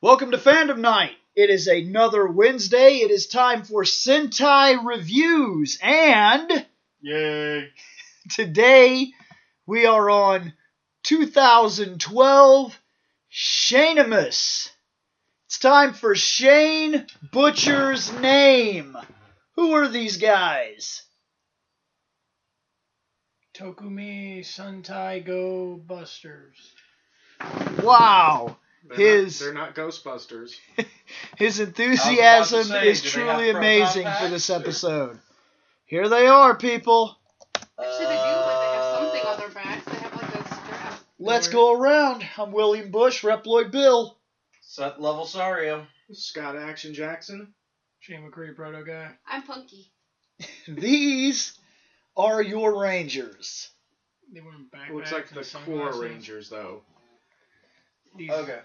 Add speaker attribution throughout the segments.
Speaker 1: Welcome to Fandom Night. It is another Wednesday. It is time for Sentai reviews, and
Speaker 2: Yay!
Speaker 1: today we are on 2012 Shanemus. It's time for Shane Butcher's name. Who are these guys?
Speaker 3: Tokumi Sentai Go Busters.
Speaker 1: Wow,
Speaker 2: They're
Speaker 1: His-
Speaker 2: Not, they're not Ghostbusters.
Speaker 1: his
Speaker 4: I was about to
Speaker 1: enthusiasm
Speaker 4: say,
Speaker 1: is
Speaker 4: do they have
Speaker 1: truly
Speaker 4: proton
Speaker 1: amazing for
Speaker 4: packs,
Speaker 1: this
Speaker 4: or-
Speaker 1: episode. Here they are, people.
Speaker 5: Actually, they do. Like they have something on their backs. They have like a strap.
Speaker 1: Let's go around. I'm William Bush, Reploid Bill.
Speaker 4: Set level Sario.
Speaker 2: Scott Action Jackson.
Speaker 3: Shane McCree, proto guy.
Speaker 5: I'm punky.
Speaker 1: These are your Rangers.
Speaker 3: They were in
Speaker 2: It
Speaker 3: backpacks.
Speaker 2: looks like
Speaker 3: and
Speaker 2: the
Speaker 3: sunglasses.
Speaker 2: Core Rangers, though.
Speaker 3: These,
Speaker 4: Okay.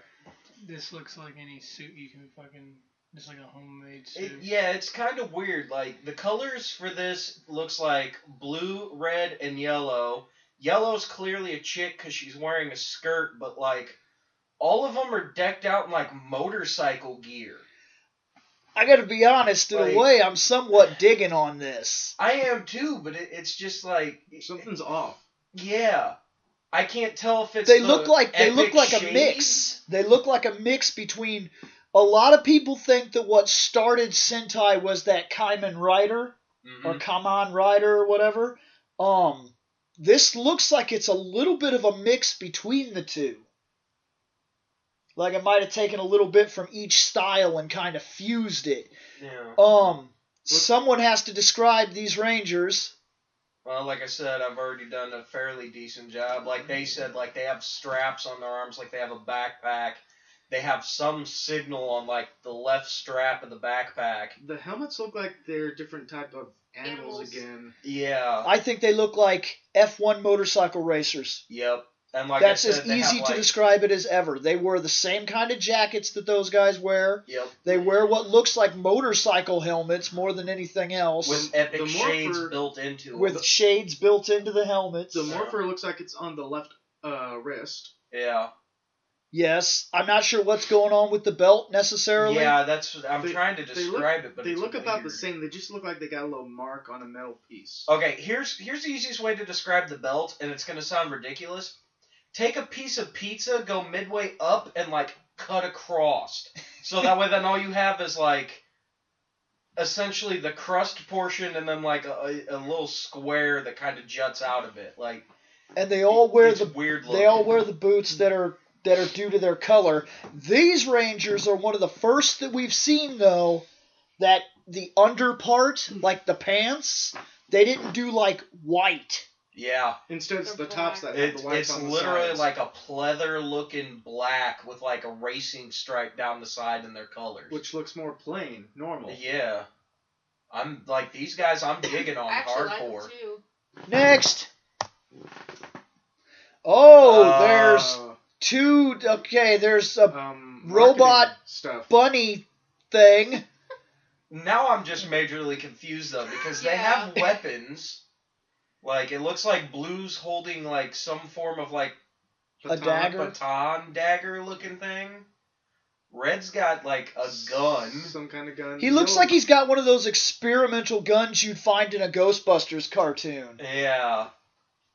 Speaker 3: This looks like any suit you can fucking. It's like a homemade suit.
Speaker 4: It, yeah, it's kind of weird. Like the colors for this looks like blue, red, and yellow. Yellow's clearly a chick because she's wearing a skirt, but like all of them are decked out in like motorcycle gear.
Speaker 1: I gotta be honest, in
Speaker 4: Like-
Speaker 1: a way, I'm somewhat digging on this.
Speaker 4: I am too, but it, it's just like
Speaker 2: Something's off.
Speaker 4: yeah, I can't tell if it's
Speaker 1: They
Speaker 4: the
Speaker 1: look like they look
Speaker 4: epic
Speaker 1: like a
Speaker 4: shade.
Speaker 1: mix. They look like a mix between. A lot of people think that what started Sentai was that Kaiman Rider or
Speaker 4: Mhm.
Speaker 1: Kamen Rider or whatever. Um, this looks like it's a little bit of a mix between the two. Like it might have taken a little bit from each style and kind of fused it.
Speaker 4: Yeah.
Speaker 1: Um, someone has to describe these Rangers.
Speaker 4: Well, like I said, I've already done a fairly decent job. Like they said, like they have straps on their arms, like they have a backpack. They have some signal on like the left strap of the backpack.
Speaker 2: The helmets look like they're different type of animals,
Speaker 5: Animals.
Speaker 2: again.
Speaker 4: Yeah.
Speaker 1: I think they look like F1 motorcycle racers.
Speaker 4: Yep. And like
Speaker 1: That's
Speaker 4: I said,
Speaker 1: as
Speaker 4: they
Speaker 1: easy
Speaker 4: have,
Speaker 1: to
Speaker 4: like,
Speaker 1: describe it as ever. They wear the same kind of jackets that those guys wear.
Speaker 4: Yep.
Speaker 1: They wear what looks like motorcycle helmets more than anything else,
Speaker 4: With
Speaker 1: with,
Speaker 4: epic
Speaker 2: the
Speaker 4: shades
Speaker 2: morpher-
Speaker 4: built into it.
Speaker 1: shades built into the helmets.
Speaker 2: The morpher looks like it's on the left uh, wrist.
Speaker 4: Yeah.
Speaker 1: yes, I'm not sure what's going on with the belt necessarily.
Speaker 4: Yeah. That's what I'm
Speaker 2: They-
Speaker 4: trying to
Speaker 2: they look-
Speaker 4: describe it, but
Speaker 2: they
Speaker 4: it's
Speaker 2: look about the
Speaker 4: weird.
Speaker 2: same. They just look like they got a little mark on a metal piece.
Speaker 1: Uh,
Speaker 4: Okay, here's here's the easiest way to describe the belt, and it's gonna sound ridiculous. Take a piece of pizza, go midway up, and like cut across. So that way, then all you have is like essentially the crust portion, and then like a, a a little square that kind of juts out of it. Like
Speaker 1: And they all wear
Speaker 4: it's
Speaker 1: the
Speaker 4: weird. Looking.
Speaker 1: They all wear the boots that are that are due to their color. These Rangers are one of the first that we've seen though that the under part, like the pants, they didn't do like white.
Speaker 4: Yeah,
Speaker 2: Instead, it's the
Speaker 5: They're
Speaker 2: tops that have
Speaker 4: it,
Speaker 2: the whites
Speaker 4: it's
Speaker 2: on the
Speaker 4: literally
Speaker 2: sides.
Speaker 4: like a pleather looking black with like a racing stripe down the side in their colors.
Speaker 2: which looks more plain,
Speaker 5: Oh.
Speaker 2: normal.
Speaker 4: yeah, I'm like these guys. I'm digging on
Speaker 5: I actually
Speaker 4: hardcore.
Speaker 5: like them too.
Speaker 1: Next. Oh,
Speaker 4: Uh,
Speaker 1: there's
Speaker 2: Uh,
Speaker 1: two okay, there's a
Speaker 2: um,
Speaker 1: Robot
Speaker 2: marketing stuff.
Speaker 1: bunny thing.
Speaker 4: Now I'm just majorly confused though because they
Speaker 5: Yeah.
Speaker 4: have weapons. Like it looks like Blue's holding like some form of like
Speaker 1: a dagger.
Speaker 4: baton dagger looking thing. Red's got like a gun.
Speaker 2: Some kind of gun.
Speaker 1: He looks
Speaker 2: Yellow-
Speaker 1: like he's got one of those experimental guns you'd find in a Ghostbusters cartoon.
Speaker 4: Yeah.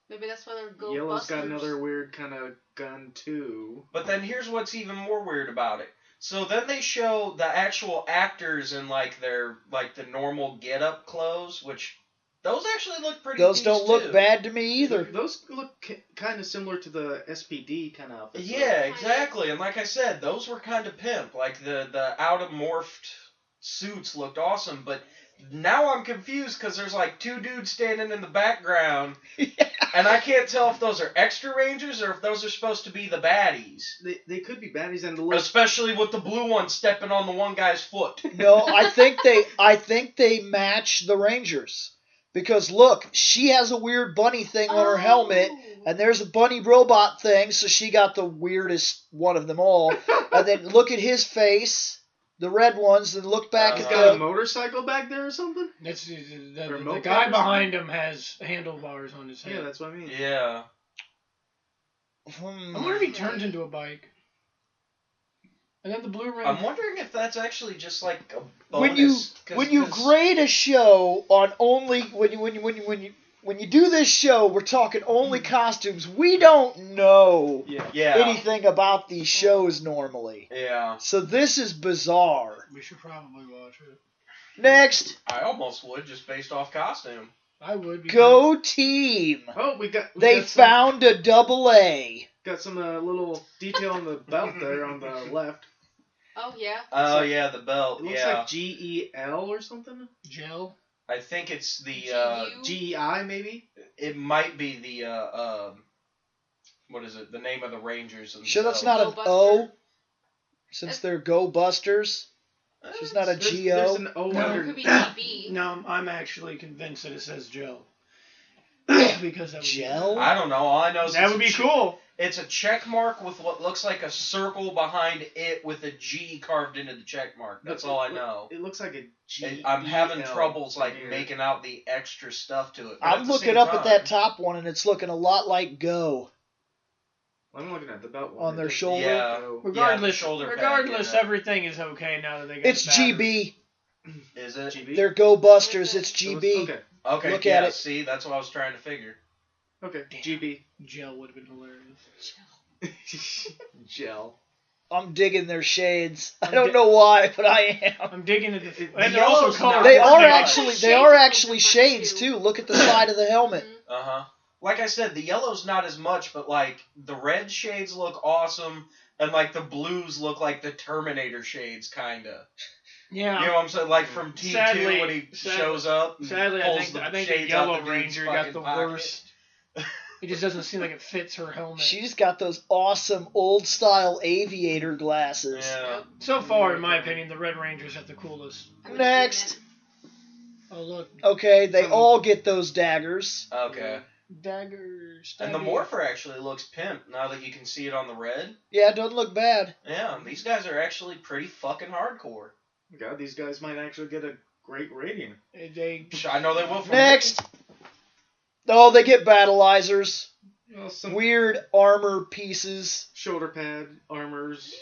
Speaker 5: Maybe that's why they're go
Speaker 2: Yellow's got
Speaker 5: busters.
Speaker 2: another weird kind of gun too.
Speaker 4: But then here's what's even more weird about it. So then they show the actual actors in like their like the normal get up clothes, which those actually look pretty
Speaker 1: Those
Speaker 4: nice,
Speaker 1: don't look
Speaker 4: too.
Speaker 1: bad to me either.
Speaker 2: Those look ki kind of similar to the SPD kind of outfits. though.
Speaker 4: Yeah, exactly. And like I said, those were kind of pimp. Like the the out of morphed suits looked awesome, but now I'm confused because there's like two dudes standing in the background, and I can't tell if those are extra rangers or if those are supposed to be the baddies.
Speaker 2: They, they could be baddies and the little.
Speaker 4: Especially with the blue one stepping on the one guy's foot.
Speaker 1: No, I think they I think they match the Rangers. Because look, she has a weird bunny thing on her helmet,
Speaker 5: Oh.
Speaker 1: and there's a bunny robot thing, so she got the weirdest one of them all. and then look at his face, the red ones, and look back
Speaker 2: He's
Speaker 1: at
Speaker 2: got a
Speaker 1: the
Speaker 2: motorcycle back there or something?
Speaker 3: That's the, the, the,
Speaker 2: Remote
Speaker 3: guy
Speaker 2: cars?
Speaker 3: behind him has handlebars on his head.
Speaker 2: Yeah, that's what I mean.
Speaker 4: Yeah.
Speaker 1: Hmm.
Speaker 3: I wonder if he turns into a bike. I got the Blu-ray.
Speaker 4: I'm wondering if that's actually just like a bonus.
Speaker 1: When you-
Speaker 4: 'cause
Speaker 1: when you
Speaker 4: this-
Speaker 1: grade a show on only when you when you when you when you when you do this show, we're talking only costumes. We don't know
Speaker 2: Yeah.
Speaker 4: Mm. yeah, Mm.
Speaker 1: anything about these shows normally,
Speaker 4: yeah,
Speaker 1: so this is bizarre.
Speaker 3: We should probably watch it.
Speaker 4: Mm.
Speaker 1: Next,
Speaker 4: I almost would just based off costume.
Speaker 3: I would. because-
Speaker 1: go team.
Speaker 2: Oh, we got we
Speaker 1: They
Speaker 2: got some-
Speaker 1: found a double A.
Speaker 2: Got some uh, little detail on the belt there on the left.
Speaker 5: Oh yeah.
Speaker 4: Oh
Speaker 2: like-
Speaker 4: yeah, the belt.
Speaker 2: It looks
Speaker 4: yeah,
Speaker 2: like G E L or something.
Speaker 3: Gel.
Speaker 4: I think it's the. Uh,
Speaker 5: GU?
Speaker 2: G E I maybe.
Speaker 4: it might be the. Uh, um, what is it? The name of the Rangers. Themselves.
Speaker 1: Sure, that's not an
Speaker 5: Go
Speaker 1: O,
Speaker 5: Buster.
Speaker 1: since they're Go Busters.
Speaker 4: Eh,
Speaker 1: She's not a
Speaker 2: There's,
Speaker 1: G E
Speaker 2: there's
Speaker 1: O.
Speaker 2: an O
Speaker 3: No.
Speaker 5: Or it
Speaker 2: under.
Speaker 5: could be GB.
Speaker 3: No, I'm- I'm actually convinced that it says gel. because that would be-
Speaker 1: Gel.
Speaker 4: I don't know. All I know is
Speaker 3: That
Speaker 4: it's
Speaker 3: would
Speaker 4: a
Speaker 3: be
Speaker 4: che-
Speaker 3: cool.
Speaker 4: It's a check mark with what looks like a circle behind it with a G carved into the check mark. That's all I know.
Speaker 2: It looks like a G.
Speaker 4: And I'm having
Speaker 2: E L
Speaker 4: troubles like
Speaker 2: here.
Speaker 4: making out the extra stuff to it. but at
Speaker 1: I'm
Speaker 4: the
Speaker 1: looking
Speaker 4: same
Speaker 1: up at
Speaker 4: time-
Speaker 1: that top one, and it's looking a lot like Go.
Speaker 2: I'm looking at the belt one.
Speaker 1: On
Speaker 2: It
Speaker 1: their
Speaker 2: doesn't
Speaker 1: shoulder?
Speaker 4: Yeah.
Speaker 2: go-
Speaker 4: Yeah, the
Speaker 3: Regardless,
Speaker 4: shoulder pad,
Speaker 3: regardless,
Speaker 4: yeah.
Speaker 3: everything is okay now that they got.
Speaker 1: It's
Speaker 3: the battery.
Speaker 1: GB.
Speaker 4: Is it?
Speaker 2: GB?
Speaker 1: They're Go Busters. It's
Speaker 2: So it's-
Speaker 1: GB.
Speaker 2: Okay.
Speaker 4: Okay,
Speaker 1: Look
Speaker 4: yeah,
Speaker 1: at it.
Speaker 4: see, that's what I was trying to figure.
Speaker 2: Okay.
Speaker 3: Damn.
Speaker 2: GB.
Speaker 3: Gel would have been hilarious.
Speaker 2: Gel.
Speaker 1: I'm digging their shades. I don't know why, but I am.
Speaker 3: I'm digging into
Speaker 2: It- it-
Speaker 3: the. And
Speaker 2: the
Speaker 3: they're also
Speaker 2: yellow's not-
Speaker 3: color.
Speaker 1: They
Speaker 2: Yeah.
Speaker 1: are
Speaker 2: Yeah.
Speaker 1: actually they are actually shades too. Look at the side of the helmet.
Speaker 5: Mhm.
Speaker 4: Uh huh. Like I said, the yellow's not as much, but like the red shades look awesome, and like the blues look like the Terminator shades, kinda.
Speaker 3: Yeah.
Speaker 4: You know what I'm saying? Like from T two
Speaker 3: Sadly-
Speaker 4: when he
Speaker 3: sadly-
Speaker 4: shows up. and
Speaker 3: Sadly, I
Speaker 4: pulls
Speaker 3: think
Speaker 4: the
Speaker 3: I think the
Speaker 4: shades out
Speaker 3: Yellow
Speaker 4: dude's
Speaker 3: Ranger got
Speaker 4: fucking
Speaker 3: the
Speaker 4: pocket.
Speaker 3: worst. it just doesn't seem like it fits her helmet.
Speaker 1: She's got those awesome old style aviator glasses.
Speaker 4: Yeah.
Speaker 3: so far, in my opinion, the Red Ranger's have the coolest.
Speaker 5: I'm gonna
Speaker 1: Next.
Speaker 5: do
Speaker 3: Oh look,
Speaker 1: Okay, they
Speaker 2: Mhm.
Speaker 1: all get those daggers.
Speaker 4: Okay.
Speaker 3: daggers.
Speaker 4: And the
Speaker 3: daggers.
Speaker 4: morpher actually looks pimp now that you can see it on the red.
Speaker 1: Yeah, it doesn't look bad.
Speaker 4: Yeah, these guys are actually pretty fucking hardcore.
Speaker 2: God, these guys might actually get a great rating.
Speaker 3: Uh, They.
Speaker 4: I know they will. From
Speaker 1: Next. Oh, they get battleizers.
Speaker 2: Well, some
Speaker 1: Weird armor pieces.
Speaker 2: shoulder pad, armors.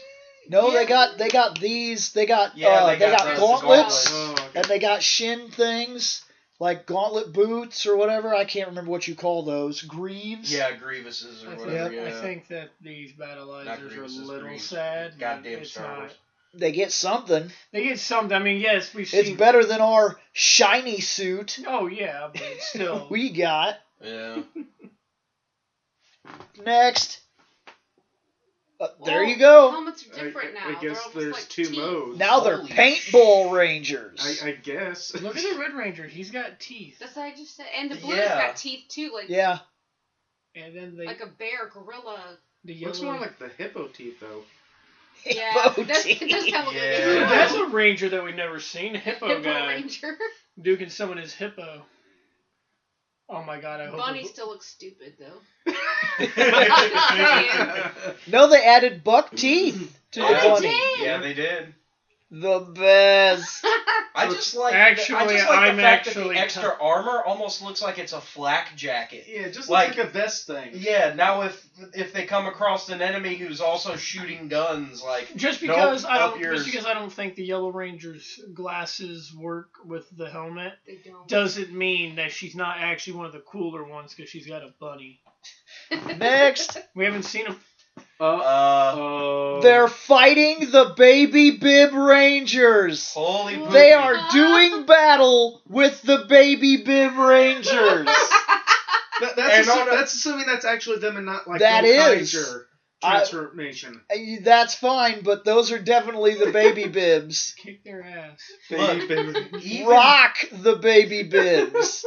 Speaker 1: No, they
Speaker 5: Yeah.
Speaker 1: got they got these. They got
Speaker 4: Yeah,
Speaker 1: uh,
Speaker 4: they got
Speaker 5: those
Speaker 1: gauntlets.
Speaker 4: gauntlets.
Speaker 2: Oh, okay.
Speaker 1: and they got shin things like gauntlet boots or whatever. I can't remember what you call those. Greaves.
Speaker 4: Yeah, Grievous's
Speaker 3: I
Speaker 4: or
Speaker 3: think,
Speaker 4: whatever.
Speaker 3: I
Speaker 4: yeah.
Speaker 3: think that these battleizers are a
Speaker 4: Grievous, it's
Speaker 3: little
Speaker 4: Grievous.
Speaker 3: sad. but
Speaker 4: Goddamn
Speaker 3: it's
Speaker 4: Star Wars.
Speaker 3: not-
Speaker 1: They get something.
Speaker 3: They get something. I mean, yes, we've
Speaker 1: It's
Speaker 3: seen.
Speaker 1: better than our shiny suit
Speaker 3: oh yeah, but still.
Speaker 1: we got.
Speaker 4: Yeah.
Speaker 1: Next. Uh, there
Speaker 5: Well,
Speaker 1: you
Speaker 5: that.
Speaker 1: go.
Speaker 5: Helmets
Speaker 2: I-
Speaker 5: are different
Speaker 2: I,
Speaker 5: now.
Speaker 2: I
Speaker 5: They're
Speaker 2: guess
Speaker 5: almost
Speaker 2: there's
Speaker 5: like
Speaker 2: two
Speaker 5: teeth.
Speaker 2: modes.
Speaker 1: Now they're
Speaker 4: Holy
Speaker 1: paintball rangers.
Speaker 2: I, I guess.
Speaker 3: Look at the Red Ranger. He's got teeth.
Speaker 5: That's what I just said. And the blue's
Speaker 4: Yeah.
Speaker 5: got teeth too, like
Speaker 1: yeah,
Speaker 3: And then they,
Speaker 5: like a bear, gorilla.
Speaker 3: the yellow.
Speaker 2: Looks more like the hippo teeth though.
Speaker 5: Yeah,
Speaker 1: Hippo
Speaker 5: it does, it does
Speaker 1: teeth.
Speaker 5: kind of look like
Speaker 4: Yeah.
Speaker 5: a
Speaker 3: Dude,
Speaker 5: gorilla.
Speaker 3: that's a ranger that we've never seen. Hippo,
Speaker 5: Hippo
Speaker 3: guy
Speaker 5: Ranger.
Speaker 3: duking someone as hippo. Oh my god! I hope.
Speaker 5: Bunny
Speaker 3: the-
Speaker 5: still looks stupid though.
Speaker 1: no, they added buck teeth to
Speaker 5: Oh, they
Speaker 1: the bunny.
Speaker 5: did!
Speaker 4: Yeah, they did.
Speaker 1: The best.
Speaker 4: I just like I
Speaker 3: Actually,
Speaker 4: just like
Speaker 3: I'm
Speaker 4: the fact
Speaker 3: actually-
Speaker 4: that the extra armor almost looks like it's a flak jacket.
Speaker 2: yeah, just
Speaker 4: Like-
Speaker 2: like, a vest thing.
Speaker 4: Yeah, now if if they come across an enemy who's also shooting guns, like
Speaker 3: Just
Speaker 4: Don't
Speaker 3: because I
Speaker 4: up
Speaker 3: don't,
Speaker 4: yours.
Speaker 3: just because I don't think the Yellow Ranger's glasses work with the helmet,
Speaker 5: They don't.
Speaker 3: doesn't mean that she's not actually one of the cooler ones because she's got a bunny.
Speaker 1: Next,
Speaker 3: We haven't seen a
Speaker 2: Uh,
Speaker 4: uh,
Speaker 2: oh.
Speaker 1: they're fighting the baby bib rangers.
Speaker 4: holy
Speaker 5: They
Speaker 1: They
Speaker 4: poopy.
Speaker 1: are doing battle with the baby bib rangers.
Speaker 2: That,
Speaker 4: And
Speaker 2: that's, assu-
Speaker 4: on a-
Speaker 2: that's assuming that's actually them and not like
Speaker 1: That
Speaker 2: that
Speaker 1: is.
Speaker 2: is
Speaker 1: I-
Speaker 2: transformation.
Speaker 1: Uh, That's fine, but those are definitely the baby bibs.
Speaker 3: kick their ass.
Speaker 4: Look.
Speaker 2: Baby, baby.
Speaker 4: Even-
Speaker 1: Rock the baby bibs.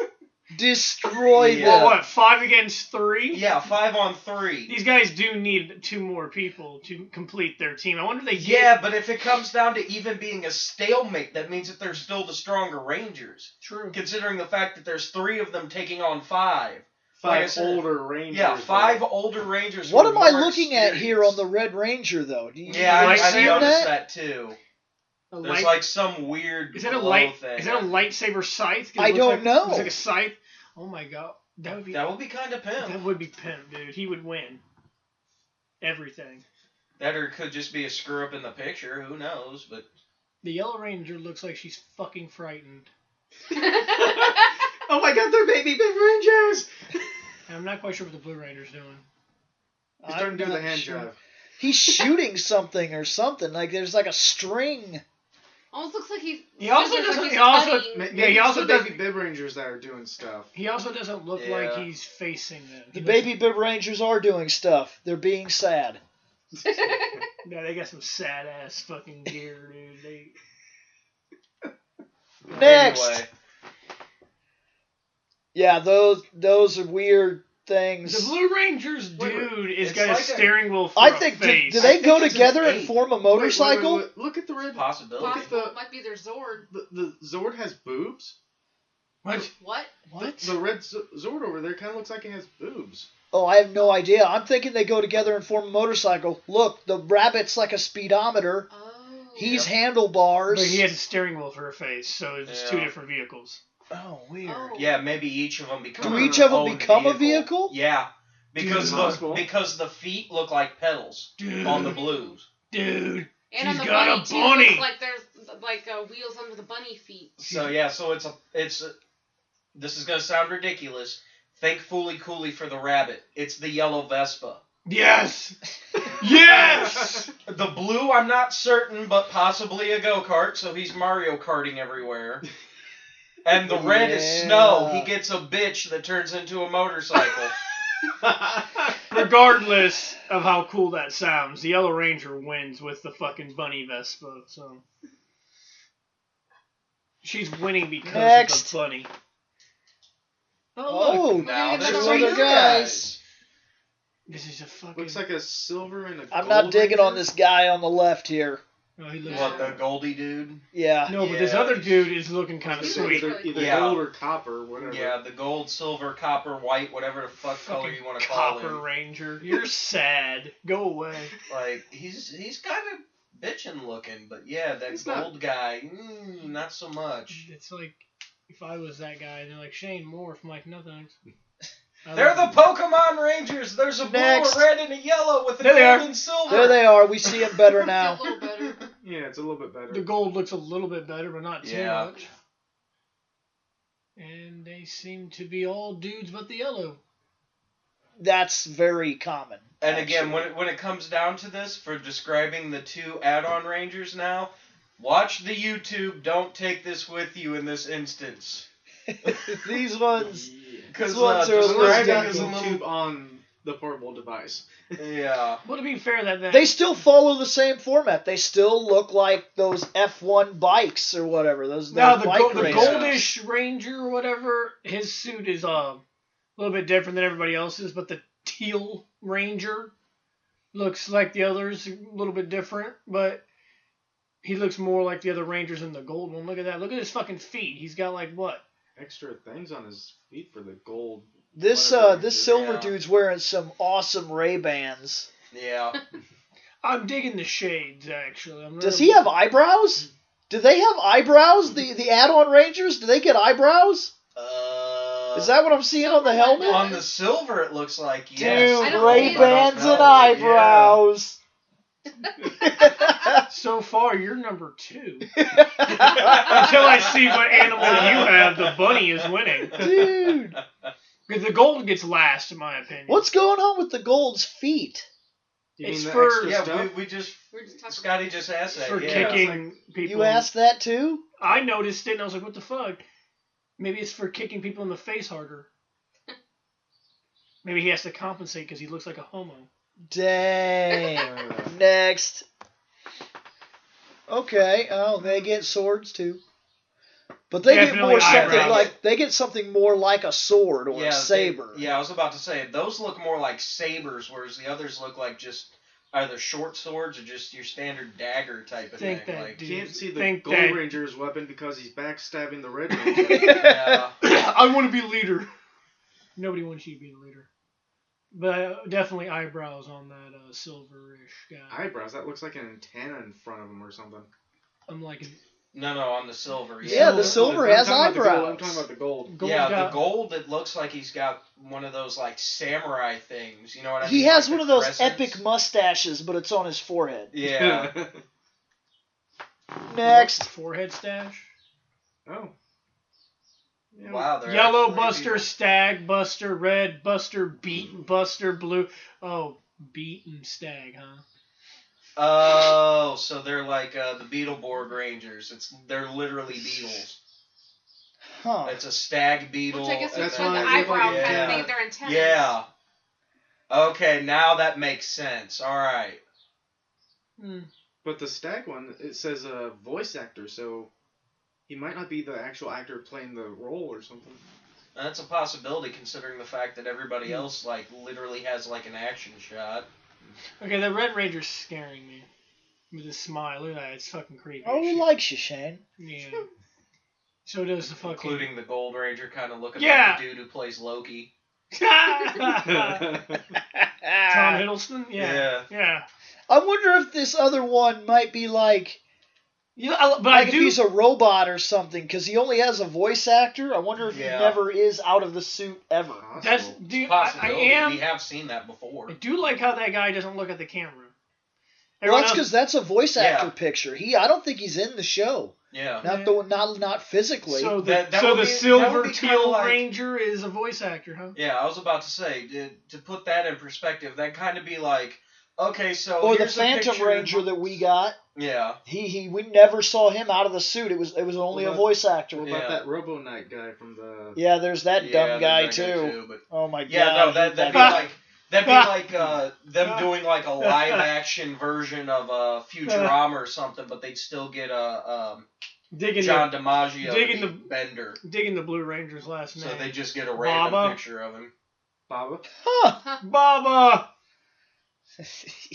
Speaker 1: Destroy
Speaker 4: Yeah.
Speaker 1: them.
Speaker 3: Well, what five against three?
Speaker 4: Yeah, five on three.
Speaker 3: These guys do need two more people to complete their team. I wonder if they get-
Speaker 4: Yeah, but if it comes down to even being a stalemate, that means that they're still the stronger Rangers,
Speaker 3: True.
Speaker 4: considering the fact that there's three of them taking on five. Like I
Speaker 2: Five
Speaker 4: said.
Speaker 2: older rangers.
Speaker 4: Yeah, five older Rangers.
Speaker 1: What
Speaker 4: with
Speaker 1: am I
Speaker 4: more
Speaker 1: looking at here on
Speaker 4: experience.
Speaker 1: the Red Ranger, though? Do you,
Speaker 4: Yeah,
Speaker 1: you
Speaker 4: I,
Speaker 3: Light
Speaker 4: I
Speaker 1: seeing
Speaker 3: saber?
Speaker 4: noticed that too.
Speaker 3: A
Speaker 4: There's
Speaker 3: light-
Speaker 4: like some weird
Speaker 3: is that a
Speaker 4: glow
Speaker 3: light?
Speaker 4: thing.
Speaker 3: Is that a lightsaber scythe? 'Cause
Speaker 1: I
Speaker 3: it looks
Speaker 1: don't
Speaker 3: like-
Speaker 1: know.
Speaker 3: Looks like a scythe. Oh my god, that would be
Speaker 4: That would be kind of
Speaker 3: That
Speaker 4: pimp.
Speaker 3: would be pimp, dude. He would win everything.
Speaker 4: That or it could just be a screw up in the picture. Who knows? But
Speaker 3: The Yellow Ranger looks like she's fucking frightened.
Speaker 2: Oh my god, they're baby big rangers!
Speaker 3: And I'm not quite sure what the Blue Ranger's doing.
Speaker 2: He's starting to do
Speaker 1: I'm
Speaker 2: the
Speaker 1: not
Speaker 2: hand
Speaker 1: sure.
Speaker 2: drive.
Speaker 1: He's shooting something or something. Like there's like a string.
Speaker 5: Almost looks like he's.
Speaker 3: He also
Speaker 5: looks
Speaker 3: doesn't-
Speaker 5: Like
Speaker 3: he also-
Speaker 5: cutting.
Speaker 2: Ma-
Speaker 3: Yeah,
Speaker 2: Maybe
Speaker 3: he
Speaker 2: it's
Speaker 3: also
Speaker 2: the
Speaker 3: doesn't-
Speaker 2: baby bib rangers that are doing stuff.
Speaker 3: He also doesn't look like
Speaker 4: Yeah.
Speaker 3: he's facing them.
Speaker 1: The
Speaker 3: He
Speaker 1: baby bib rangers are doing stuff. They're being sad.
Speaker 3: looks- Yeah, they got some sad ass fucking gear, dude. They,
Speaker 1: Next.
Speaker 4: Anyway,
Speaker 1: Yeah, those those are weird
Speaker 3: the
Speaker 1: things.
Speaker 3: Blue Ranger's dude
Speaker 2: Wait, wait.
Speaker 3: is
Speaker 4: It's
Speaker 3: got
Speaker 4: like
Speaker 3: a
Speaker 4: a-
Speaker 3: steering wheel for
Speaker 1: I
Speaker 3: a
Speaker 1: think do,
Speaker 3: face.
Speaker 1: do
Speaker 2: I
Speaker 1: they
Speaker 2: think
Speaker 1: go
Speaker 2: it's an
Speaker 1: together and
Speaker 2: eight.
Speaker 1: form a
Speaker 2: Wait, wait, wait,
Speaker 1: motorcycle?
Speaker 2: wait, Look at the red.
Speaker 4: possibility.
Speaker 2: Look at the-
Speaker 5: might be their Zord.
Speaker 2: The, the Zord has boobs.
Speaker 3: what?
Speaker 5: What?
Speaker 3: What?
Speaker 2: The red Z- Zord over there kind of looks like he has boobs.
Speaker 1: Oh, I have no idea. I'm thinking they go together and form a motorcycle. Look, the rabbit's like a speedometer.
Speaker 5: Oh.
Speaker 1: He's
Speaker 4: Yep.
Speaker 1: handlebars.
Speaker 3: But he has a steering wheel for a face, so it's two
Speaker 4: Yeah.
Speaker 3: different vehicles.
Speaker 1: oh, weird.
Speaker 5: Oh.
Speaker 4: Yeah, maybe each of them become.
Speaker 2: Do
Speaker 4: their
Speaker 2: each of
Speaker 1: 'em
Speaker 4: own
Speaker 1: become a vehicle?
Speaker 4: Yeah, because
Speaker 2: Dude,
Speaker 4: the
Speaker 2: possible.
Speaker 4: because the feet look like pedals
Speaker 3: Dude,
Speaker 4: on the blues.
Speaker 3: dude,
Speaker 5: And on
Speaker 3: She's
Speaker 5: the
Speaker 3: got
Speaker 5: bunny
Speaker 3: a
Speaker 5: too,
Speaker 3: bunny.
Speaker 5: looks like there's like uh, wheels under the bunny feet.
Speaker 4: So yeah, so it's a it's a, this is gonna sound ridiculous. Thank Fooly Cooley for the rabbit. It's the yellow Vespa.
Speaker 3: yes, yes.
Speaker 4: The blue, I'm not certain, but possibly a go kart. So he's Mario karting everywhere. And the red is snow.
Speaker 1: Yeah.
Speaker 4: He gets a bitch that turns into a motorcycle.
Speaker 3: Regardless of how cool that sounds, the Yellow Ranger wins with the fucking bunny Vespa. So she's winning because
Speaker 1: Next.
Speaker 3: of the bunny. Oh, look.
Speaker 1: Oh,
Speaker 4: now
Speaker 5: Look at
Speaker 4: there's
Speaker 5: the
Speaker 4: other
Speaker 5: red
Speaker 1: guys.
Speaker 4: guys.
Speaker 3: this is a fucking.
Speaker 2: Looks like a silver and a.
Speaker 1: I'm
Speaker 2: gold
Speaker 1: not digging
Speaker 2: ranger.
Speaker 1: on this guy on the left here.
Speaker 3: Oh, he looks-
Speaker 4: What the Goldie dude?
Speaker 1: Yeah.
Speaker 3: no, but this
Speaker 4: Yeah.
Speaker 3: other dude is looking kind
Speaker 2: Kind
Speaker 3: of
Speaker 2: of
Speaker 5: He's
Speaker 3: sweet.
Speaker 2: Either, either
Speaker 4: Yeah.
Speaker 2: gold or copper, whatever.
Speaker 4: Yeah, the gold, silver, copper, white, whatever the fuck color
Speaker 3: Fucking
Speaker 4: you want to call
Speaker 3: Copper
Speaker 4: him.
Speaker 3: Ranger, you're sad. Go away.
Speaker 4: Like he's he's kind of bitchin' looking, but yeah, that
Speaker 2: He's not-
Speaker 4: gold guy, mm, not so much.
Speaker 3: It's like if I was that guy and they're like Shane Morph, I'm like, no thanks. I
Speaker 4: They're
Speaker 3: love
Speaker 4: the Pokemon Rangers. There's a
Speaker 1: Next.
Speaker 4: blue, a red, and a yellow with a
Speaker 3: There they
Speaker 4: gold
Speaker 3: are.
Speaker 4: and silver.
Speaker 1: There they are. We see him better
Speaker 5: It's
Speaker 1: now.
Speaker 5: a little better.
Speaker 2: Yeah, it's a little bit
Speaker 3: you.
Speaker 2: better.
Speaker 3: the gold looks a little bit better, but not too
Speaker 4: Yeah.
Speaker 3: much. And they seem to be all dudes but the yellow.
Speaker 1: That's very common.
Speaker 4: And again,
Speaker 1: actually.
Speaker 4: when it, when it comes down to this, for describing the two add-on Rangers now, watch the YouTube. Don't take this with you in this instance,
Speaker 1: these ones,
Speaker 2: Yeah.
Speaker 4: because
Speaker 1: These ones are a
Speaker 4: uh,
Speaker 1: little
Speaker 4: describing
Speaker 2: Describe it
Speaker 4: is
Speaker 2: as
Speaker 4: a
Speaker 1: difficult.
Speaker 2: YouTube
Speaker 4: little
Speaker 2: on the portable device.
Speaker 4: yeah.
Speaker 3: Well, to be fair, that, that
Speaker 1: they still follow the same format. They still look like those F1 bikes or whatever. Those
Speaker 3: no
Speaker 1: those
Speaker 3: the,
Speaker 1: bike
Speaker 3: gold, the
Speaker 1: racers.
Speaker 4: gold-
Speaker 3: goldish ranger or whatever. His suit is um, a little bit different than everybody else's, but the teal ranger looks like the others, a little bit different, but. He looks more like the other Rangers than the gold one. Look at that. Look at his fucking feet. He's got like what?
Speaker 2: Extra things on his feet for the gold.
Speaker 1: This
Speaker 2: whatever
Speaker 1: uh,
Speaker 2: it
Speaker 1: this
Speaker 2: is.
Speaker 1: silver
Speaker 4: Yeah.
Speaker 1: dude's wearing some awesome Ray Bans.
Speaker 4: Yeah.
Speaker 3: I'm digging the shades actually. I'm
Speaker 1: Does
Speaker 3: really-
Speaker 1: he have eyebrows? Do they have eyebrows? The the add-on Rangers? Do they get eyebrows?
Speaker 4: Uh,
Speaker 1: Is that what I'm seeing on the helmet?
Speaker 4: on the silver? It looks like
Speaker 1: Dude,
Speaker 4: yes.
Speaker 5: I don't
Speaker 1: Ray
Speaker 5: see
Speaker 1: Bans
Speaker 4: Yeah.
Speaker 1: and eyebrows.
Speaker 3: So far, you're number two. Until I see what animal you have, the bunny is winning.
Speaker 1: Dude,
Speaker 3: The gold gets last, in my opinion.
Speaker 1: what's going on with the gold's feet?
Speaker 2: You
Speaker 3: It's
Speaker 2: mean the
Speaker 3: for-
Speaker 2: extra
Speaker 4: Yeah,
Speaker 2: stuff?
Speaker 4: we, we just
Speaker 5: We're just talking.
Speaker 4: Scotty just asked that.
Speaker 3: for
Speaker 4: yeah.
Speaker 3: kicking people?
Speaker 1: You asked that too?
Speaker 3: I noticed it, and I was like, "What the fuck?" Maybe it's for kicking people in the face harder. Maybe he has to compensate because he looks like a homo.
Speaker 1: Dang.
Speaker 2: Uh,
Speaker 1: Next. Okay. Oh, they get swords too. But they
Speaker 3: Definitely
Speaker 1: get more something
Speaker 4: eyebrows.
Speaker 1: like they get something more like a sword or
Speaker 4: Yeah,
Speaker 1: a
Speaker 4: they-
Speaker 1: saber.
Speaker 4: yeah, I was about to say those look more like sabers, whereas the others look like just either short swords or just your standard dagger type of
Speaker 3: Think
Speaker 4: thing.
Speaker 3: that
Speaker 4: like,
Speaker 3: dude-
Speaker 2: can't see the
Speaker 3: Think
Speaker 2: gold
Speaker 3: that-
Speaker 2: ranger's weapon because he's backstabbing the red ranger.
Speaker 4: yeah,
Speaker 3: I want to be leader. Nobody wants you to be the leader. But uh, definitely eyebrows on that uh, silverish guy.
Speaker 2: Eyebrows. That looks like an antenna in front of him or something.
Speaker 3: I'm like,
Speaker 4: No, no, on the silver.
Speaker 1: Yeah, the
Speaker 3: Silver-
Speaker 1: silver
Speaker 2: I'm
Speaker 1: has
Speaker 2: talking about the gold- I'm
Speaker 1: eyebrows.
Speaker 2: talking about the gold.
Speaker 3: Gold
Speaker 4: yeah,
Speaker 3: got-
Speaker 4: the gold that looks like he's got one of those like samurai things. You know what I mean?
Speaker 1: He has
Speaker 4: Like
Speaker 1: one
Speaker 4: the
Speaker 1: of those
Speaker 4: crescents.
Speaker 1: epic mustaches, but it's on his forehead.
Speaker 4: Yeah.
Speaker 1: Next,
Speaker 3: forehead stash.
Speaker 2: oh.
Speaker 3: Yeah.
Speaker 4: Wow, they're
Speaker 3: Yellow
Speaker 4: actually
Speaker 3: Buster,
Speaker 4: people.
Speaker 3: Stag Buster, Red Buster,
Speaker 4: Hmm.
Speaker 3: Beat Buster, Blue. Oh, Beat and Stag, huh?
Speaker 4: Oh, so they're like uh, the Beetleborg Rangers. It's they're literally beetles.
Speaker 1: huh?
Speaker 4: It's a stag beetle.
Speaker 5: Which I guess
Speaker 4: and
Speaker 5: is
Speaker 2: That's
Speaker 5: the
Speaker 4: then-
Speaker 2: why I look
Speaker 5: eyebrow
Speaker 2: like-
Speaker 5: kind
Speaker 4: yeah.
Speaker 5: of thing. They're intense.
Speaker 4: Yeah. Okay, now that makes sense. All right.
Speaker 3: Hmm.
Speaker 2: But the stag one, it says uh, voice actor, so he might not be the actual actor playing the role or something.
Speaker 4: That's a possibility considering the fact that
Speaker 3: Hmm.
Speaker 4: everybody else like literally has like an action shot.
Speaker 3: Okay, the Red Ranger's scaring me with his smile. Look at that, it's fucking creepy.
Speaker 1: Oh, we likes you, Shane.
Speaker 3: Yeah. So does the fucking.
Speaker 4: Including the Gold Ranger kind of looking
Speaker 3: Yeah.
Speaker 4: like the dude who plays Loki.
Speaker 3: Tom Hiddleston. Yeah. Yeah.
Speaker 1: I wonder if this other one might be like,
Speaker 3: You know, I- but
Speaker 1: like
Speaker 3: I
Speaker 1: if
Speaker 3: do.
Speaker 1: he's a robot or something, because he only has a voice actor. I wonder if
Speaker 4: Yeah.
Speaker 1: he never is out of the suit ever.
Speaker 3: That's
Speaker 2: Possible.
Speaker 3: dude. I, I
Speaker 4: Possibility. We
Speaker 3: am.
Speaker 4: have seen that before.
Speaker 3: I do like how that guy doesn't look at the camera.
Speaker 1: Well,
Speaker 3: Everyone
Speaker 1: that's
Speaker 3: else-
Speaker 1: because that's a voice actor
Speaker 4: Yeah.
Speaker 1: picture. He, I don't think he's in the show.
Speaker 4: Yeah.
Speaker 1: Not
Speaker 3: Yeah.
Speaker 1: the not not physically.
Speaker 3: So the
Speaker 4: That- that
Speaker 3: so
Speaker 4: would
Speaker 3: the
Speaker 4: be- that
Speaker 3: silver
Speaker 4: would be kinda
Speaker 3: teal
Speaker 4: like-
Speaker 3: ranger is a voice actor, huh?
Speaker 4: Yeah, I was about to say to, to put that in perspective, that kind of be like, okay, so
Speaker 1: or the
Speaker 4: here's a
Speaker 1: Phantom
Speaker 4: picture-
Speaker 1: Ranger that we got.
Speaker 4: Yeah,
Speaker 1: He he. We never saw him out of the suit. It was it was only
Speaker 2: Well,
Speaker 1: a
Speaker 2: that-
Speaker 1: voice actor.
Speaker 2: What
Speaker 1: Yeah,
Speaker 2: about
Speaker 4: Yeah.
Speaker 2: that Robo Knight guy from the?
Speaker 1: there's that
Speaker 4: yeah,
Speaker 1: dumb
Speaker 4: that
Speaker 1: guy,
Speaker 4: guy
Speaker 1: too.
Speaker 4: but-
Speaker 1: Oh my
Speaker 4: yeah,
Speaker 1: god.
Speaker 4: no,
Speaker 1: that
Speaker 4: that that'd be like that'd be like uh, them
Speaker 3: Yeah.
Speaker 4: doing like a live action version of uh, Futurama or something, but they'd still get a um,
Speaker 3: Digging
Speaker 4: John DiMaggio
Speaker 3: digging
Speaker 4: to
Speaker 3: the-
Speaker 4: be Bender,
Speaker 3: the digging the blue ranger's last
Speaker 4: so
Speaker 3: name.
Speaker 4: they just get a random
Speaker 3: Baba.
Speaker 4: picture of him.
Speaker 2: Baba.
Speaker 1: Huh. Oh,
Speaker 3: Baba.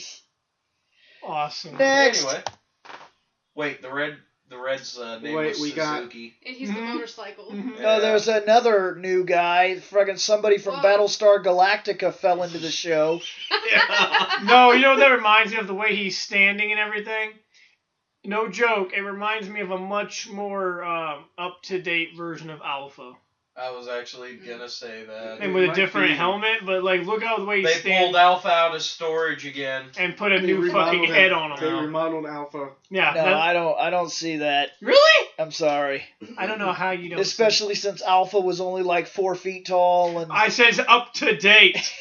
Speaker 3: Awesome.
Speaker 1: Next.
Speaker 4: Anyway, wait, the red the red's uh, name
Speaker 2: Wait,
Speaker 4: was
Speaker 2: we got-
Speaker 4: Suzuki.
Speaker 5: And he's the
Speaker 3: Mhm.
Speaker 5: motorcycle.
Speaker 3: Mhm.
Speaker 1: No, there's another new guy. Friggin' somebody from
Speaker 5: Whoa.
Speaker 1: Battlestar Galactica fell into the show.
Speaker 3: no, you know what that reminds me of the way he's standing and everything. No joke, it reminds me of a much more um, up to date version of Alpha,
Speaker 4: I was actually gonna say that.
Speaker 3: and with a
Speaker 2: might
Speaker 3: different
Speaker 2: be.
Speaker 3: helmet. But like, look how the way he
Speaker 4: They pulled
Speaker 3: stands
Speaker 4: Alpha out of storage again.
Speaker 3: and put a
Speaker 2: They
Speaker 3: new
Speaker 2: remodeled
Speaker 3: fucking
Speaker 2: him.
Speaker 3: head on
Speaker 2: They
Speaker 3: him.
Speaker 2: remodeled Alpha.
Speaker 3: Yeah.
Speaker 1: No,
Speaker 3: that-
Speaker 1: I don't. I don't see that.
Speaker 3: really?
Speaker 1: I'm sorry.
Speaker 3: I don't know how you don't.
Speaker 1: Especially since Alpha was only like four feet tall and
Speaker 3: I says up to date,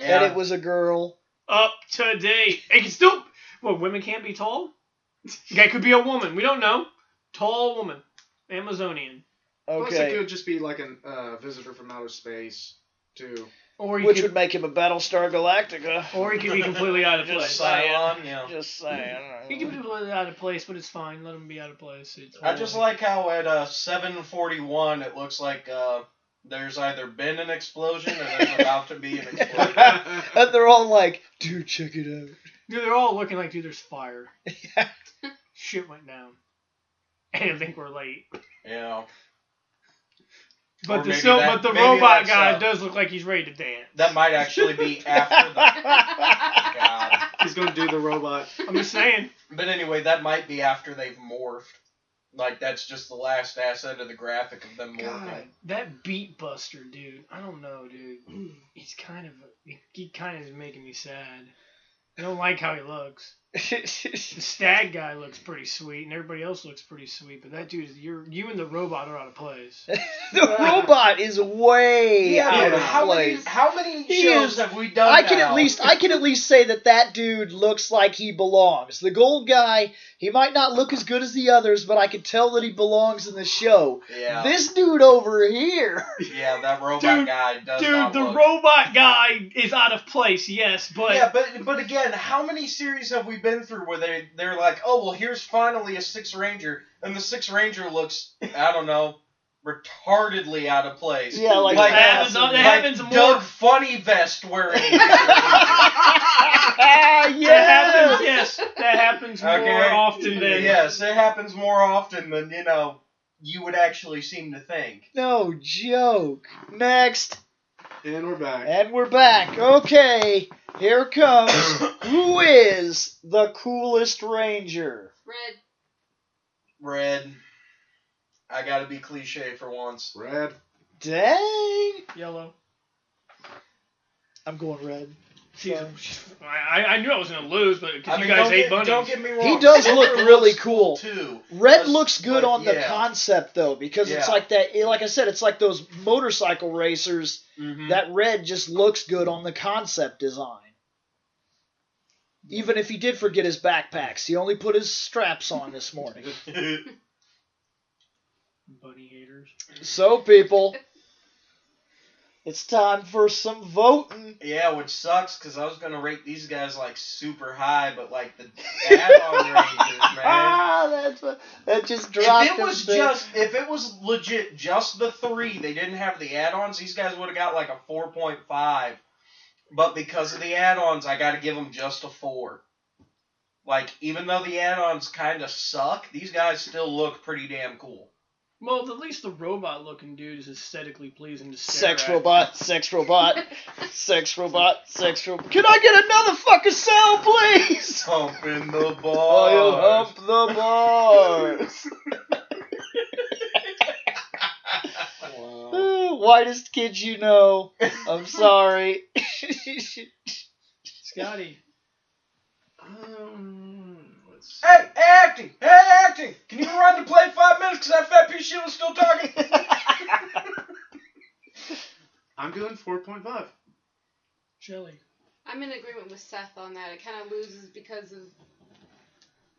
Speaker 1: that it was a girl.
Speaker 3: up to date. It can still. Well, women can't be tall. That could be a woman. We don't know. Tall woman, Amazonian,
Speaker 2: Plus, it
Speaker 1: Okay,
Speaker 2: could just be like an uh, visitor from outer space too.
Speaker 3: or he
Speaker 1: which
Speaker 3: could,
Speaker 1: would make him a Battlestar Galactica.
Speaker 3: or he could be completely out of place.
Speaker 4: Just Cylon, yeah.
Speaker 1: Just saying.
Speaker 3: He can be completely out of place, but it's fine. Let him be out of place. It's
Speaker 4: I just like how at uh, 7:41 it looks like uh, there's either been an explosion or there's about to be an explosion.
Speaker 1: and they're all like, "Dude, check it out."
Speaker 3: dude, they're all looking like dude. There's fire. Shit went down, and I think we're late.
Speaker 4: Yeah,
Speaker 3: But
Speaker 4: Or
Speaker 3: the
Speaker 4: maybe
Speaker 3: sil- but
Speaker 4: that-
Speaker 3: the
Speaker 4: maybe
Speaker 3: robot
Speaker 4: that's,
Speaker 3: guy
Speaker 4: uh,
Speaker 3: does look like he's ready to dance.
Speaker 4: that might actually be after the. God.
Speaker 2: He's gonna do the robot.
Speaker 3: I'm just saying.
Speaker 4: But anyway, that might be after they've morphed. Like that's just the last asset of the graphic of them morphing.
Speaker 3: God, that beat buster, dude. I don't know, dude. He's kind of he, he kind of is making me sad. I don't like how he looks. The stag guy looks pretty sweet, and everybody else looks pretty sweet. But that dude, is you're you and the robot are out of place.
Speaker 1: the robot is way
Speaker 4: Yeah,
Speaker 1: out
Speaker 4: but
Speaker 1: of
Speaker 4: how
Speaker 1: place.
Speaker 4: many how many
Speaker 1: He
Speaker 4: shows
Speaker 1: is-
Speaker 4: have we done?
Speaker 1: I can
Speaker 4: now?
Speaker 1: at least I can at least say that that dude looks like he belongs. The gold guy, he might not look as good as the others, but I can tell that he belongs in the show.
Speaker 4: Yeah,
Speaker 1: This dude over here,
Speaker 4: yeah, that robot
Speaker 3: Dude,
Speaker 4: guy does
Speaker 3: Dude,
Speaker 4: not
Speaker 3: the
Speaker 4: look
Speaker 3: robot guy is out of place. Yes, but
Speaker 4: yeah, but but again, how many series have we been through where they they're like, oh well, here's finally a six ranger, and the six ranger looks, I don't know, retardedly out of place.
Speaker 1: yeah, like,
Speaker 4: Like,
Speaker 1: that.
Speaker 3: that happens- that
Speaker 4: like
Speaker 3: happens more-
Speaker 4: Doug Funny Vest wearing.
Speaker 1: Ah,
Speaker 3: that
Speaker 1: yes.
Speaker 3: happens. Yes, that happens more
Speaker 4: Okay.
Speaker 3: often than
Speaker 4: yes, it happens more often than you know you would actually seem to think.
Speaker 1: No joke. Next,
Speaker 2: And we're back.
Speaker 1: and we're back. Okay, here it comes. Who is the coolest ranger?
Speaker 5: Red.
Speaker 4: Red. I gotta be cliche for once.
Speaker 2: Red.
Speaker 1: Dang.
Speaker 3: Yellow.
Speaker 1: I'm going red.
Speaker 3: She's,
Speaker 1: Sorry.
Speaker 3: she's- I, I knew I was gonna lose, but because
Speaker 4: I mean,
Speaker 3: you guys
Speaker 4: don't,
Speaker 3: hate
Speaker 4: get,
Speaker 3: bunnies.
Speaker 4: don't get me wrong.
Speaker 1: He does
Speaker 4: Red
Speaker 1: look
Speaker 4: looks
Speaker 1: really cool.
Speaker 4: Too.
Speaker 1: Red
Speaker 4: Just
Speaker 1: looks good
Speaker 4: like,
Speaker 1: on the
Speaker 4: yeah.
Speaker 1: concept though, because it's
Speaker 4: Yeah.
Speaker 1: like that. it- Like I said, it's like those motorcycle racers.
Speaker 4: Mhm.
Speaker 3: Mm-hmm.
Speaker 1: That red just looks good on the concept design. Even if he did forget his backpacks, he only put his straps on this morning.
Speaker 3: Bunny haters.
Speaker 1: so, people, it's time for some voting.
Speaker 4: yeah, which sucks because I was gonna rate these guys like super high, but like the add-on ranges, man.
Speaker 1: Ah, that's what, that just dropped.
Speaker 4: If it was
Speaker 1: everything.
Speaker 4: just, if it was legit, just the three, they didn't have the add-ons. These guys would have got like a four point five, but because of the add-ons, I got to give them just a four. Like even though the add-ons kind of suck, these guys still look pretty damn cool.
Speaker 3: Well, at least the robot-looking dude is aesthetically pleasing to stare
Speaker 1: sex
Speaker 3: at.
Speaker 1: robot, sex robot, sex robot, sex robot. Can I get another fucking sound, please?
Speaker 4: Hump in the
Speaker 1: I'll
Speaker 4: ball.
Speaker 1: hump the bars. Uh, Whitest kid you know. I'm sorry.
Speaker 3: Scotty.
Speaker 2: Um, let's see.
Speaker 4: Hey, acting! Hey, acting! Can you run to play five minutes? Cause that fat piece of shit was still talking.
Speaker 2: I'm doing 4.5.
Speaker 3: Shelly.
Speaker 5: I'm in agreement with Seth on that. It kind of loses because of,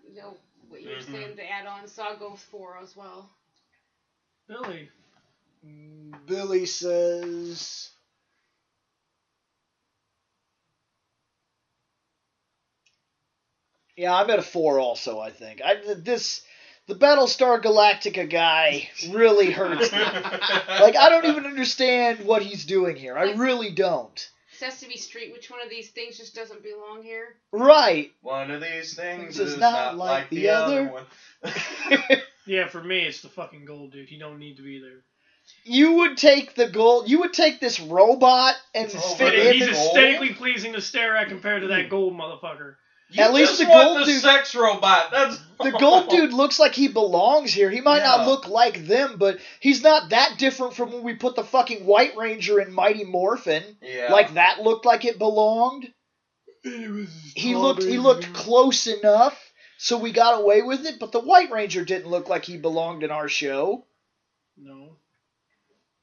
Speaker 5: you know, what you were
Speaker 4: Mhm.
Speaker 5: saying, the add-on. So I'll go four as well.
Speaker 3: Billy.
Speaker 1: Billy says. Yeah, I'm at a four also, I think. I, th- this, the Battlestar Galactica guy really hurts me. Like, I don't even understand what he's doing here. I really don't.
Speaker 5: Sesame Street, which one of these things just doesn't belong here?
Speaker 1: Right.
Speaker 4: One of these things
Speaker 1: This
Speaker 4: is not, like, the, other, one.
Speaker 3: Yeah, for me, it's the fucking gold dude. He don't need to be there.
Speaker 1: You would take the gold. You would take this robot and
Speaker 4: Oh,
Speaker 1: fit
Speaker 4: but
Speaker 1: in.
Speaker 3: he's
Speaker 4: the
Speaker 1: his-
Speaker 4: gold?
Speaker 3: aesthetically pleasing to stare at compared to
Speaker 1: Mm.
Speaker 3: that gold motherfucker.
Speaker 4: You
Speaker 1: At least
Speaker 4: just
Speaker 1: the
Speaker 4: want
Speaker 1: gold
Speaker 4: the
Speaker 1: dude-
Speaker 4: sex robot. That's
Speaker 1: The gold dude looks like he belongs here. He might not
Speaker 4: Yeah.
Speaker 1: look like them, but he's not that different from when we put the fucking White Ranger in Mighty Morphin.
Speaker 4: Yeah.
Speaker 1: Like that looked like it belonged. He looked he looked close enough, so we got away with it. But the White Ranger didn't look like he belonged in our show.
Speaker 3: No.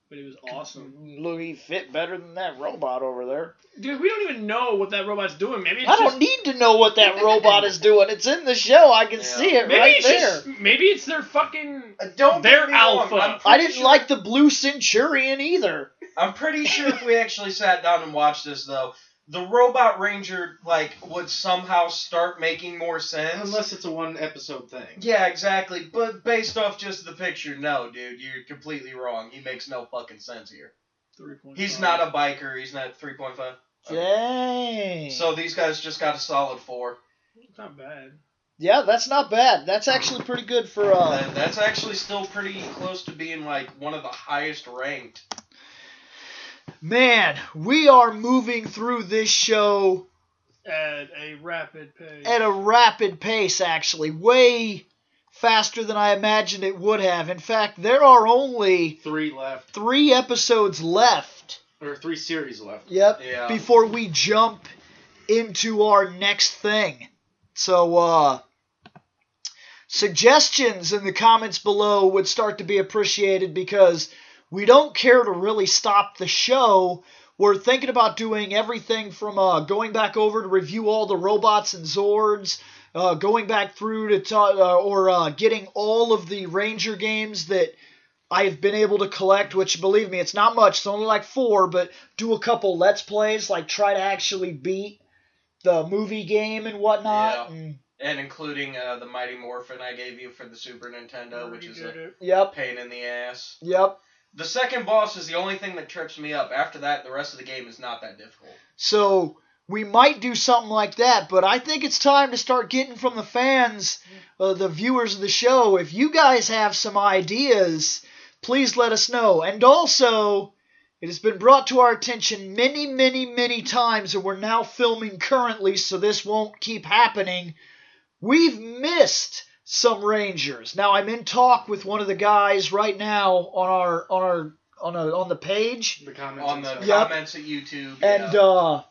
Speaker 3: But it was awesome.
Speaker 1: Look, he fit better than that robot over there.
Speaker 3: Dude, we don't even know what that robot's doing. Maybe it's
Speaker 1: I
Speaker 3: just
Speaker 1: don't need to know what that robot is doing. It's in the show. I can
Speaker 4: Yeah.
Speaker 1: see it
Speaker 3: maybe
Speaker 1: right
Speaker 3: it's
Speaker 1: there.
Speaker 3: just maybe it's their fucking
Speaker 4: Uh, don't get
Speaker 3: They're
Speaker 4: me wrong,
Speaker 3: alpha.
Speaker 4: I'm
Speaker 1: I
Speaker 4: pretty
Speaker 1: didn't
Speaker 4: sure-
Speaker 1: like the Blue Centurion either.
Speaker 4: I'm pretty sure if we actually sat down and watched this though, the robot ranger like would somehow start making more sense.
Speaker 2: Unless it's a one episode thing.
Speaker 4: yeah, exactly. But based off just the picture, no, dude, you're completely wrong. He makes no fucking sense here.
Speaker 3: three point.
Speaker 4: He's not a biker. He's not 3.5.
Speaker 1: Dang.
Speaker 4: So these guys just got a solid four.
Speaker 3: not bad.
Speaker 1: yeah, that's not bad. That's actually pretty good for uh
Speaker 4: And that's actually still pretty close to being like one of the highest ranked.
Speaker 1: Man, we are moving through this show
Speaker 3: At a rapid pace.
Speaker 1: at a rapid pace actually. Way faster than I imagined it would have. In fact, there are only
Speaker 2: Three left,
Speaker 1: 3 episodes left.
Speaker 2: or three series left.
Speaker 1: Yep.
Speaker 4: Yeah.
Speaker 1: Before we jump into our next thing. So uh suggestions in the comments below would start to be appreciated because we don't care to really stop the show. We're thinking about doing everything from uh, going back over to review all the robots and Zords, uh, going back through to ta- uh, or uh, getting all of the Ranger games that I've been able to collect. Which, believe me, it's not much. It's only like four, but do a couple Let's Plays, like try to actually beat the movie game and whatnot.
Speaker 4: Yeah.
Speaker 1: And,
Speaker 4: And including uh, the Mighty Morphin I gave you for the Super Nintendo, which
Speaker 3: Already
Speaker 4: is
Speaker 3: did
Speaker 4: a
Speaker 3: it.
Speaker 1: yep,
Speaker 4: pain in the ass.
Speaker 1: yep.
Speaker 4: The second boss is the only thing that trips me up. After that, the rest of the game is not that difficult.
Speaker 1: So we might do something like that, but I think it's time to start getting from the fans, uh, the viewers of the show. If you guys have some ideas, please let us know. And also, it has been brought to our attention many, many, many times, and we're now filming currently, so this won't keep happening. We've missed some Rangers. Now I'm in talk with one of the guys right now on our on our on a, on the page,
Speaker 2: The comments.
Speaker 4: on
Speaker 2: and
Speaker 4: the
Speaker 2: stuff.
Speaker 1: Yep.
Speaker 4: comments at YouTube.
Speaker 1: and
Speaker 4: yeah.
Speaker 1: uh,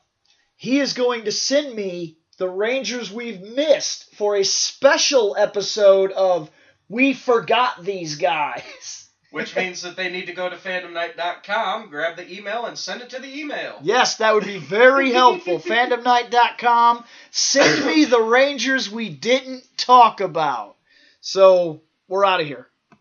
Speaker 1: he is going to send me the Rangers we've missed for a special episode of We Forgot These Guys.
Speaker 4: which means that they need to go to fandomnight.com, grab the email, and send it to the email.
Speaker 1: Yes, that would be very helpful. FandomNight.com. Send me the Rangers we didn't talk about. So we're out of here.